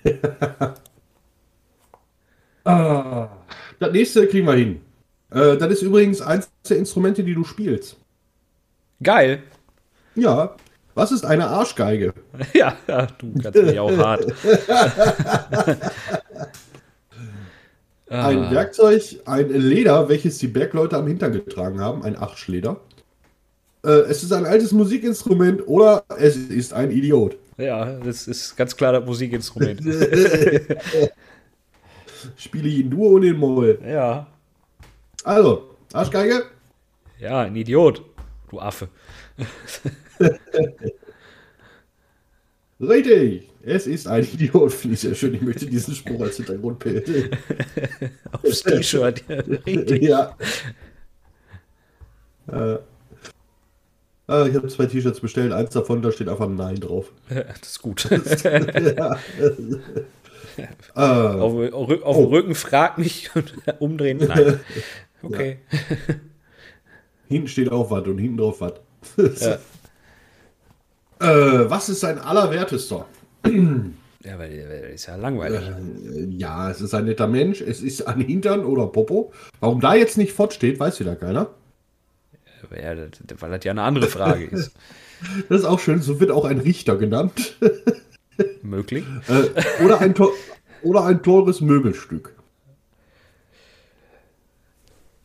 Speaker 2: doch- Ah. Das nächste kriegen wir hin. Äh, das ist übrigens eins der Instrumente, die du spielst.
Speaker 1: Geil.
Speaker 2: Ja. Was ist eine Arschgeige?
Speaker 1: Ja, ja, du kannst mich auch hart.
Speaker 2: Ein
Speaker 1: Ah,
Speaker 2: Werkzeug, ein Leder, welches die Bergleute am Hintern getragen haben, ein Achtschleder. Äh, es ist ein altes Musikinstrument oder es ist ein Idiot.
Speaker 1: ja, das ist ganz klar das Musikinstrument.
Speaker 2: Spiele ich in Dur und in Moll.
Speaker 1: Ja.
Speaker 2: Also, Arschgeige,
Speaker 1: Ja, ein Idiot. Du Affe.
Speaker 2: richtig. Es ist ein Idiot, finde ich sehr schön. Ich möchte diesen Spruch als Hintergrundbild.
Speaker 1: Aufs T-Shirt. Ja, richtig.
Speaker 2: ja. Äh, ah, ich habe zwei T-Shirts bestellt. Eins davon, da steht einfach Nein drauf.
Speaker 1: Das ist gut.
Speaker 2: Äh,
Speaker 1: Auf, auf auf dem Rücken frag mich und umdrehen. Nein. Okay.
Speaker 2: hinten steht auch was und hinten drauf was. äh, was ist sein allerwertester?
Speaker 1: Ja, weil weil das ist ja langweilig.
Speaker 2: Äh, Ja, es ist ein netter Mensch. Es ist ein Hintern oder Popo. Warum da jetzt nicht Fott steht, weiß wieder keiner.
Speaker 1: Ja, das, das- weil das ja eine andere Frage ist.
Speaker 2: Das ist auch schön. So wird auch ein Richter genannt.
Speaker 1: Möglich.
Speaker 2: Äh, oder, ein teu- oder ein teures Möbelstück.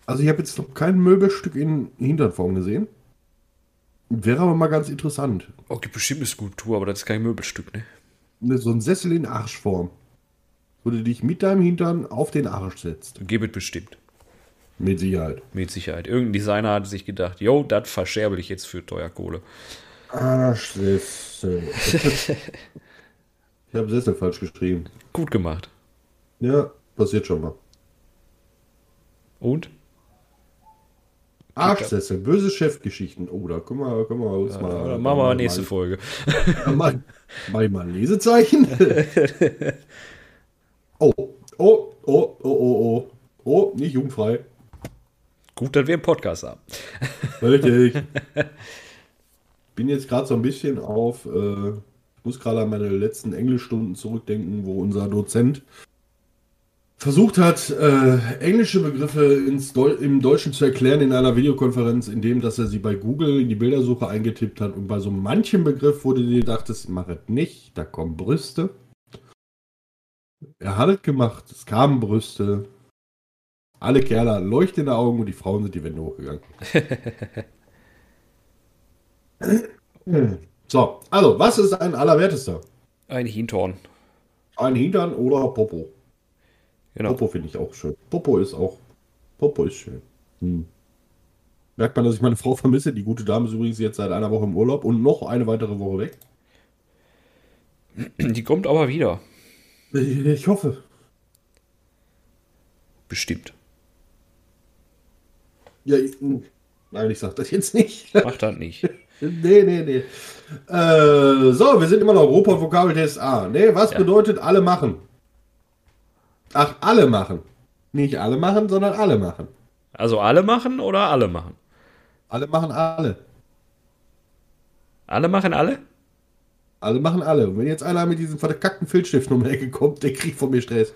Speaker 2: Also ich habe jetzt noch kein Möbelstück in Hinternform gesehen. Wäre aber mal ganz interessant.
Speaker 1: Oh, gibt bestimmt eine Skulptur, aber das ist kein Möbelstück, ne?
Speaker 2: So ein Sessel in Arschform. Wo du dich mit deinem Hintern auf den Arsch setzt.
Speaker 1: Gibt es bestimmt.
Speaker 2: Mit Sicherheit.
Speaker 1: Mit Sicherheit. Irgendein Designer hat sich gedacht, yo, das verscherbe ich jetzt für teuer Kohle.
Speaker 2: Arschsessel. ich habe Sessel falsch geschrieben.
Speaker 1: Gut gemacht.
Speaker 2: Ja, passiert schon mal.
Speaker 1: Und?
Speaker 2: Arschsessel, böse Chefgeschichten. Oh, da können wir, können wir uns mal.
Speaker 1: Dann machen wir mal nächste Folge.
Speaker 2: Mach, mach ich mal ein Lesezeichen. oh, oh, oh, oh, oh, oh. Oh, nicht jugendfrei.
Speaker 1: Gut, dass wir einen Podcast haben.
Speaker 2: Richtig. Bin jetzt gerade so ein bisschen auf, äh, ich muss gerade an meine letzten Englischstunden zurückdenken, wo unser Dozent versucht hat, äh, englische Begriffe ins Deu im Deutschen zu erklären in einer Videokonferenz, indem dass er sie bei Google in die Bildersuche eingetippt hat und bei so manchem Begriff wurde dir gedacht, das mach es nicht, da kommen Brüste. Er hat es gemacht, es kamen Brüste. Alle Kerle hatten leuchtende Augen und die Frauen sind die Wände hochgegangen. So, also, was ist ein Allerwertester?
Speaker 1: Ein Hintorn.
Speaker 2: Ein Hintern oder Popo?
Speaker 1: Genau.
Speaker 2: Popo finde ich auch schön. Popo ist auch. Popo ist schön. Hm. Merkt man, dass ich meine Frau vermisse. Die gute Dame ist übrigens jetzt seit einer Woche im Urlaub und noch eine weitere Woche weg.
Speaker 1: Die kommt aber wieder.
Speaker 2: Ich, ich hoffe.
Speaker 1: Bestimmt.
Speaker 2: Ja, ich, hm. nein, ich sag das jetzt nicht.
Speaker 1: Macht das nicht.
Speaker 2: nee, nee, nee. Äh, so, wir sind immer noch Europa Vokabeltest A. Nee, was bedeutet alle machen? Ach, alle machen. Nicht alle machen, sondern alle machen.
Speaker 1: Also alle machen oder alle machen?
Speaker 2: Alle machen alle.
Speaker 1: Alle machen alle?
Speaker 2: Alle Also machen alle. Und wenn jetzt einer mit diesem verkackten Filzstift um die Ecke kommt, der kriegt von mir Stress.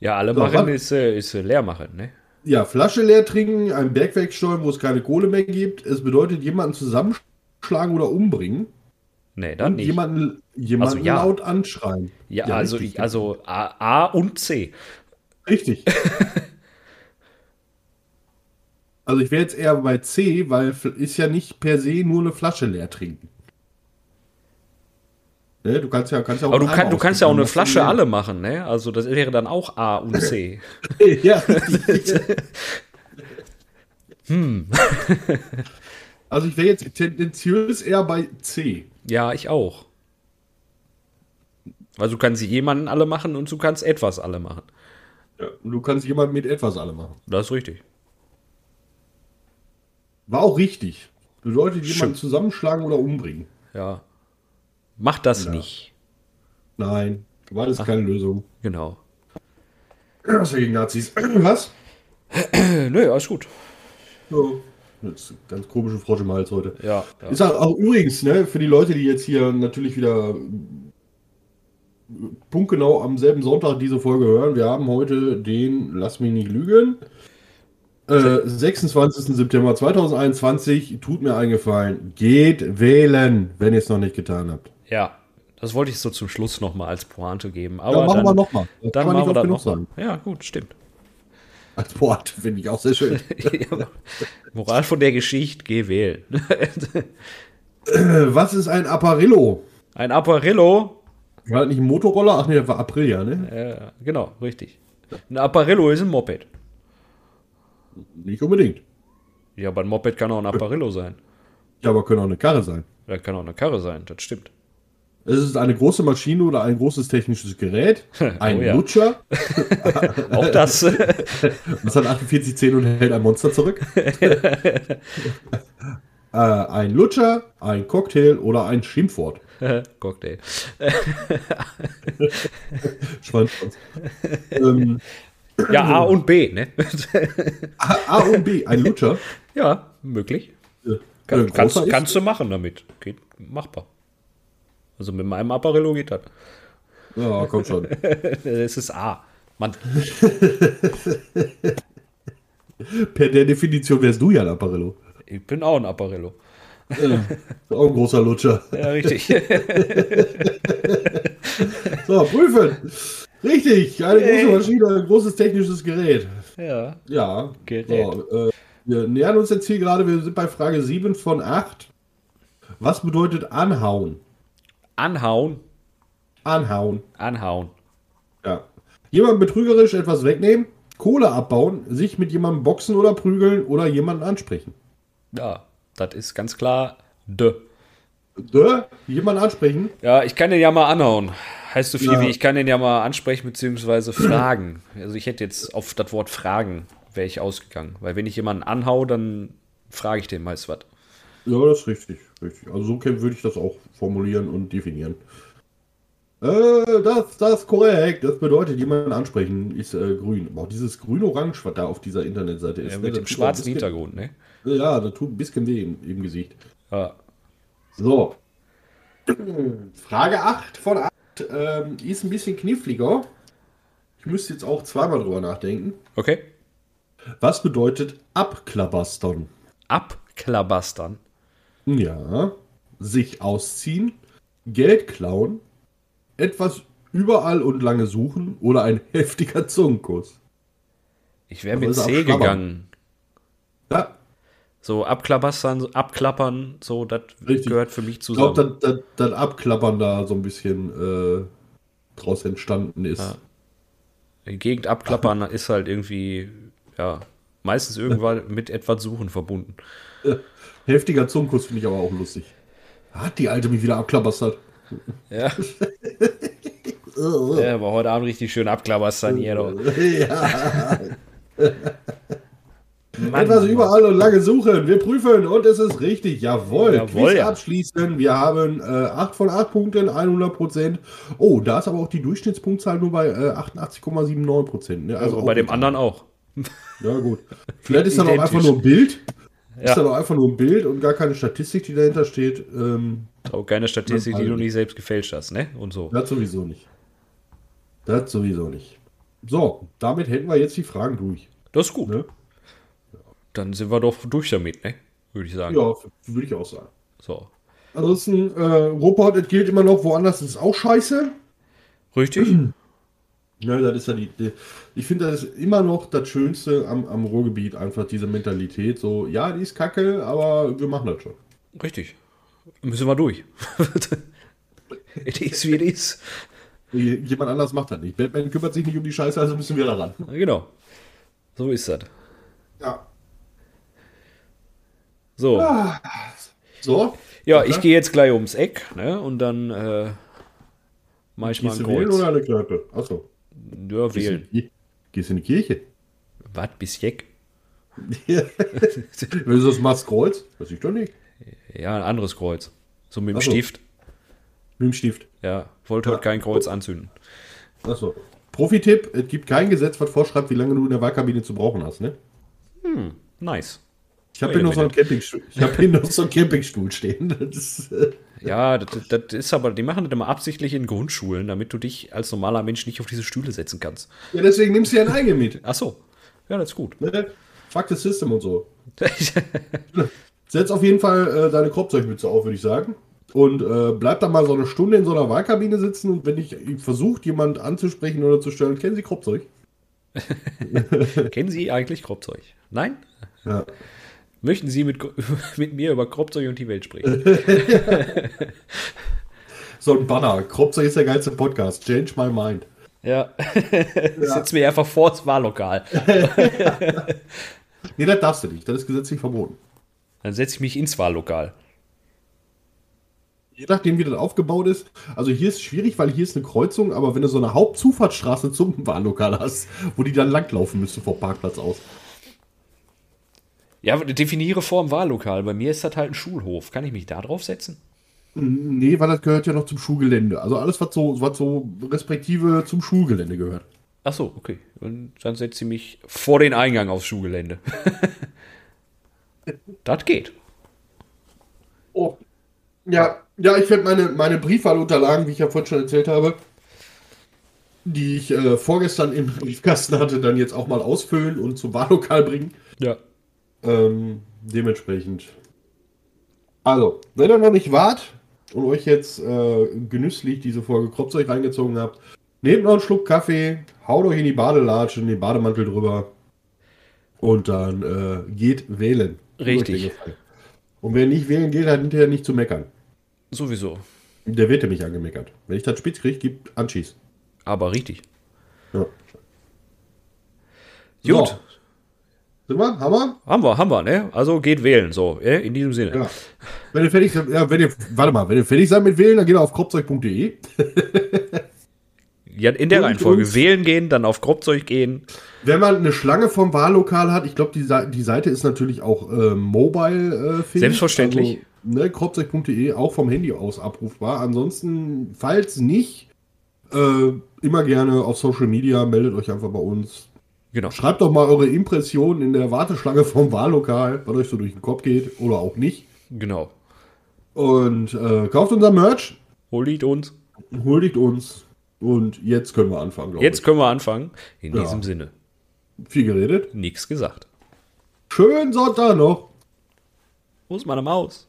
Speaker 1: Ja, alle
Speaker 2: So,
Speaker 1: machen
Speaker 2: was?
Speaker 1: ist, äh, ist äh, leer machen, ne?
Speaker 2: Ja, Flasche leer trinken, ein Bergwerk steuern, wo es keine Kohle mehr gibt. Es bedeutet jemanden zusammenschlagen oder umbringen.
Speaker 1: Nee, dann
Speaker 2: und
Speaker 1: nicht. Also
Speaker 2: jemanden, jemanden
Speaker 1: ja.
Speaker 2: laut anschreien.
Speaker 1: ja, also,
Speaker 2: richtig.
Speaker 1: also A, A und C.
Speaker 2: Richtig. also ich wäre jetzt eher bei C, weil f- ist ja nicht per se nur eine Flasche leer trinken. Ne, du kannst ja, kannst ja auch
Speaker 1: Aber du,
Speaker 2: einen
Speaker 1: kann,
Speaker 2: Eimer
Speaker 1: du kannst ja auch eine
Speaker 2: ausgeben.
Speaker 1: Flasche alle machen, ne? Also das wäre dann auch A und C.
Speaker 2: ja. hm. Also ich wäre jetzt tendenziös eher bei C.
Speaker 1: ja, ich auch. Weil du kannst jemanden alle machen und du kannst etwas alle machen.
Speaker 2: Ja, und du kannst jemand mit etwas alle machen.
Speaker 1: Das ist richtig.
Speaker 2: War auch richtig. Bedeutet
Speaker 1: Schön.
Speaker 2: jemanden zusammenschlagen oder umbringen.
Speaker 1: Ja. Mach das nicht.
Speaker 2: Nein, war das keine Lösung.
Speaker 1: Genau.
Speaker 2: Was gegen Nazis? Was?
Speaker 1: Äh, nö, alles gut.
Speaker 2: So. Das ist ganz komische Frosch im Hals heute.
Speaker 1: Ja. ja.
Speaker 2: Ist auch, auch übrigens, ne, für die Leute, die jetzt hier natürlich wieder äh, punktgenau am selben Sonntag diese Folge hören, wir haben heute den, lass mich nicht lügen, äh, 26. September 2021. Tut mir eingefallen, geht wählen, wenn ihr es noch nicht getan habt.
Speaker 1: ja. Das wollte ich so zum Schluss nochmal als Pointe geben.
Speaker 2: Ja,
Speaker 1: Aber
Speaker 2: machen
Speaker 1: dann,
Speaker 2: wir nochmal. Das
Speaker 1: dann
Speaker 2: kann man
Speaker 1: machen wir
Speaker 2: nicht
Speaker 1: das
Speaker 2: oft genug
Speaker 1: nochmal.
Speaker 2: sagen.
Speaker 1: Ja, gut, stimmt.
Speaker 2: Als Wort finde ich auch sehr schön.
Speaker 1: Ja. Moral von der Geschichte, geh wählen.
Speaker 2: Äh, Was ist ein Apparillo?
Speaker 1: Ein Apparillo,
Speaker 2: War das nicht ein Motorroller? Ach nee, das war Aprilia, ne?
Speaker 1: äh, genau, richtig. Ein Apparillo ist ein Moped.
Speaker 2: Nicht unbedingt.
Speaker 1: Ja, aber ein Moped kann auch ein Apparillo sein.
Speaker 2: Ja, aber können auch eine Karre sein.
Speaker 1: Da kann auch eine Karre sein, das stimmt.
Speaker 2: Es ist eine große Maschine oder ein großes technisches Gerät, ein
Speaker 1: Oh ja.
Speaker 2: Lutscher,
Speaker 1: Auch das. äh,
Speaker 2: das hat 48 Zähne und hält ein Monster zurück. äh, ein Lutscher, ein Cocktail oder ein Schimpfwort.
Speaker 1: Cocktail.
Speaker 2: Schwanzschwanz. ähm,
Speaker 1: Ja, A und B, ne?
Speaker 2: A, A und B, ein Lutscher.
Speaker 1: ja, möglich.
Speaker 2: Äh,
Speaker 1: Kann,
Speaker 2: großer
Speaker 1: kannst,
Speaker 2: ist-
Speaker 1: kannst du machen damit. Geht machbar. Also mit meinem Apparillo geht das.
Speaker 2: Ja, komm schon.
Speaker 1: Es ist A. Mann,
Speaker 2: Per der Definition wärst du ja ein Apparillo. Äh,
Speaker 1: ich bin auch ein Apparillo.
Speaker 2: Auch ein großer Lutscher.
Speaker 1: Ja, richtig.
Speaker 2: So, prüfen. Richtig, eine
Speaker 1: Hey.
Speaker 2: große Maschine, ein großes technisches Gerät.
Speaker 1: ja.
Speaker 2: Ja.
Speaker 1: Gerät.
Speaker 2: So, äh, wir nähern uns jetzt hier gerade, wir sind bei Frage 7 von 8. Was bedeutet anhauen?
Speaker 1: Anhauen,
Speaker 2: Anhauen.
Speaker 1: anhauen.
Speaker 2: Ja. Jemand betrügerisch etwas wegnehmen, Kohle abbauen, sich mit jemandem boxen oder prügeln oder jemanden ansprechen.
Speaker 1: Ja, das ist ganz klar D.
Speaker 2: Dö, jemanden ansprechen?
Speaker 1: Ja, ich kann den ja mal anhauen. Heißt so viel
Speaker 2: Ja.
Speaker 1: wie, ich kann den ja mal ansprechen bzw. fragen. Also ich hätte jetzt auf das Wort fragen wäre ich ausgegangen. Weil wenn ich jemanden anhau, dann frage ich den meist was.
Speaker 2: Ja, das ist richtig. richtig. Also so ken- würde ich das auch formulieren und definieren. Äh, das, das ist korrekt. Das bedeutet, jemanden ansprechen ist äh, grün. Boah, dieses grün-orange, was da auf dieser Internetseite ist.
Speaker 1: Ja,
Speaker 2: ne,
Speaker 1: mit dem
Speaker 2: das tut auch ein
Speaker 1: schwarzen
Speaker 2: bisschen-
Speaker 1: Hintergrund, ne?
Speaker 2: Ja, da tut ein bisschen weh im, im Gesicht.
Speaker 1: Ja.
Speaker 2: So. Frage 8 von 8 ähm, ist ein bisschen kniffliger. Ich müsste jetzt auch zweimal drüber nachdenken.
Speaker 1: Okay.
Speaker 2: Was bedeutet abklabastern?
Speaker 1: Abklabastern.
Speaker 2: Ja. Sich ausziehen, Geld klauen, etwas überall und lange suchen oder ein heftiger Zungenkuss.
Speaker 1: Ich wäre
Speaker 2: Da
Speaker 1: mit
Speaker 2: ist er
Speaker 1: C
Speaker 2: abklappern.
Speaker 1: gegangen.
Speaker 2: Ja,
Speaker 1: So abklabastern, so abklappern, so, das
Speaker 2: Richtig.
Speaker 1: gehört für mich
Speaker 2: ich
Speaker 1: zusammen.
Speaker 2: glaube, dass das Abklappern da so ein bisschen äh, draus entstanden ist.
Speaker 1: Die Gegend abklappern ist halt irgendwie, ja, meistens irgendwann mit etwas Suchen verbunden.
Speaker 2: Heftiger Zungenkuss finde ich aber auch lustig. Hat die Alte mich wieder abklabastert.
Speaker 1: Ja. ja, aber heute Genau.
Speaker 2: Äh,
Speaker 1: Abend richtig schön abklabastern hier. Doch.
Speaker 2: Ja.
Speaker 1: Mann,
Speaker 2: Etwas
Speaker 1: Mann.
Speaker 2: überall und lange suchen. Wir prüfen und es ist richtig. Jawohl.
Speaker 1: Jawohl,
Speaker 2: Quiz
Speaker 1: ja.
Speaker 2: abschließen. Wir haben äh, 8 von 8 Punkten, 100 Prozent. Oh, da ist aber auch die Durchschnittspunktzahl nur bei äh, 88,79 Prozent. Ne?
Speaker 1: Also
Speaker 2: auch
Speaker 1: bei dem
Speaker 2: nicht.
Speaker 1: anderen auch.
Speaker 2: Ja, gut. Vielleicht ist dann auch
Speaker 1: Identisch.
Speaker 2: einfach nur ein Bild.
Speaker 1: Ja.
Speaker 2: Ist dann auch einfach nur ein Bild und gar keine Statistik, die dahinter steht. Ähm,
Speaker 1: Auch keine Statistik, die du
Speaker 2: Mann.
Speaker 1: nie selbst gefälscht hast, ne? Und so.
Speaker 2: das sowieso nicht. Das sowieso nicht. So, damit hätten wir jetzt die Fragen durch.
Speaker 1: Das ist gut.
Speaker 2: Ne?
Speaker 1: Dann sind wir doch durch damit, ne? Würde ich sagen.
Speaker 2: Ja, würde ich auch sagen.
Speaker 1: So.
Speaker 2: Ansonsten, äh, Robot, es gilt immer noch, woanders ist es auch scheiße.
Speaker 1: Richtig?
Speaker 2: Ja, das ist ja die, die ich finde, das ist immer noch das Schönste am, am Ruhrgebiet, einfach diese Mentalität. So, ja, die ist kacke, aber wir machen das schon.
Speaker 1: Richtig. Müssen wir durch. it is, wie it is.
Speaker 2: J- Jemand anders macht das nicht. Batman kümmert sich nicht um die Scheiße, also müssen wir daran.
Speaker 1: Genau. So ist das.
Speaker 2: Ja.
Speaker 1: So.
Speaker 2: So,
Speaker 1: Ja, ich gehe jetzt gleich ums Eck, ne? Und dann äh, mach ich mal
Speaker 2: gehst
Speaker 1: ein
Speaker 2: du wählen
Speaker 1: Kreuz.
Speaker 2: oder eine Kneipe? Achso.
Speaker 1: Ja, wählen.
Speaker 2: Gehst du in die Kirche?
Speaker 1: Was? Bis Jeck?
Speaker 2: Wenn du das machst, Kreuz? Weiß ich doch nicht.
Speaker 1: Ja, ein anderes Kreuz. So mit dem
Speaker 2: Ach so.
Speaker 1: Stift.
Speaker 2: Mit dem Stift.
Speaker 1: Ja. Wollte heute kein Kreuz anzünden.
Speaker 2: Achso. Profi-Tipp: Es gibt kein Gesetz, was vorschreibt, wie lange du in der Wahlkabine zu brauchen hast, ne?
Speaker 1: Nice.
Speaker 2: Ich habe
Speaker 1: Wait
Speaker 2: hier,
Speaker 1: a
Speaker 2: noch so einen
Speaker 1: minute.
Speaker 2: Campingstuhl- ich hab hier noch so einen Campingstuhl stehen. Das ist, äh,
Speaker 1: Ja, das, das ist aber, die machen das immer absichtlich in Grundschulen, damit du dich als normaler Mensch nicht auf diese Stühle setzen kannst.
Speaker 2: ja, deswegen nimmst du ja einen eigenen mit.
Speaker 1: Ach so. Ja, das ist gut.
Speaker 2: Ne? Fuck the System und so. Setz auf jeden Fall äh, deine Kropfzeugmütze auf, würde ich sagen. Und äh, bleib da mal so eine Stunde in so einer Wahlkabine sitzen und wenn dich versucht, jemand anzusprechen oder zu stellen, kennen Sie Kropfzeug?
Speaker 1: Kennen Sie eigentlich Kropzeug? Nein?
Speaker 2: Ja.
Speaker 1: Möchten Sie mit, mit mir über Kropzeug und die Welt
Speaker 2: Äh.
Speaker 1: sprechen?
Speaker 2: So ein Banner. Kropfzeug ist der geilste Podcast. Change my mind.
Speaker 1: ja. Setz mir einfach vor das Wahllokal.
Speaker 2: Nee, das darfst du nicht. Das ist gesetzlich verboten.
Speaker 1: Dann setze ich mich ins Wahllokal.
Speaker 2: Je nachdem, wie das aufgebaut ist. Also hier ist schwierig, weil hier ist eine Kreuzung, aber wenn du so eine Hauptzufahrtsstraße zum Bahnlokal hast, wo die dann langlaufen müssen vom Parkplatz aus.
Speaker 1: Ja, definiere Form Wahllokal. Bei mir ist das halt ein Schulhof. Kann ich mich da drauf setzen?
Speaker 2: Nee, weil das gehört ja noch zum Schulgelände. Also alles, was so, was so respektive zum Schulgelände gehört.
Speaker 1: Ach so, okay. Und dann setze ich mich vor den Eingang aufs Schulgelände. das geht.
Speaker 2: Oh. Ja, ja, ich werde meine, meine Briefwahlunterlagen, wie ich ja vorhin schon erzählt habe, die ich äh, vorgestern im Briefkasten hatte, dann jetzt auch mal ausfüllen und zum Wahllokal bringen.
Speaker 1: Ja.
Speaker 2: Ähm, dementsprechend. Also, wenn ihr noch nicht wart und euch jetzt äh, genüsslich diese Folge Kropfzeug reingezogen habt, nehmt noch einen Schluck Kaffee, haut euch in die Badelatsche, in den Bademantel drüber und dann äh, geht wählen.
Speaker 1: Richtig.
Speaker 2: Tut euch den Gefallen. Und wer nicht wählen geht, hat hinterher nicht zu meckern.
Speaker 1: Sowieso.
Speaker 2: Der wird nämlich angemeckert. Wenn ich das spitz kriege, gibt Anschieß.
Speaker 1: Aber richtig.
Speaker 2: Ja.
Speaker 1: Gut.
Speaker 2: So. Sind wir? Hammer?
Speaker 1: Haben wir, haben wir, ne? Also geht wählen, so, äh, in diesem Sinne.
Speaker 2: Ja. Wenn ihr fertig seid, ja, wenn ihr, warte mal, wenn ihr fertig seid mit wählen, dann geht ihr auf kropfzeug.de.
Speaker 1: Ja, in der
Speaker 2: Und
Speaker 1: Reihenfolge.
Speaker 2: uns-
Speaker 1: Wählen gehen, dann auf Kropzeug gehen.
Speaker 2: Wenn man eine Schlange vom Wahllokal hat, ich glaube, die, Sa- die Seite ist natürlich auch äh, mobile äh, fähig.
Speaker 1: Selbstverständlich.
Speaker 2: Also, ne, kropfzeug.de auch vom Handy aus abrufbar. Ansonsten, falls nicht, äh, immer gerne auf Social Media, meldet euch einfach bei uns.
Speaker 1: Genau.
Speaker 2: Schreibt doch mal eure Impressionen in der Warteschlange vom Wahllokal, was euch so durch den Kopf geht oder auch nicht.
Speaker 1: Genau.
Speaker 2: Und äh, kauft unser Merch,
Speaker 1: Holt uns.
Speaker 2: huldigt uns. Und jetzt können wir anfangen, glaube
Speaker 1: Jetzt können wir anfangen. In
Speaker 2: Ja.
Speaker 1: diesem Sinne.
Speaker 2: ich. Viel geredet.
Speaker 1: Nichts gesagt.
Speaker 2: Schönen Sonntag noch.
Speaker 1: Wo ist meine Maus?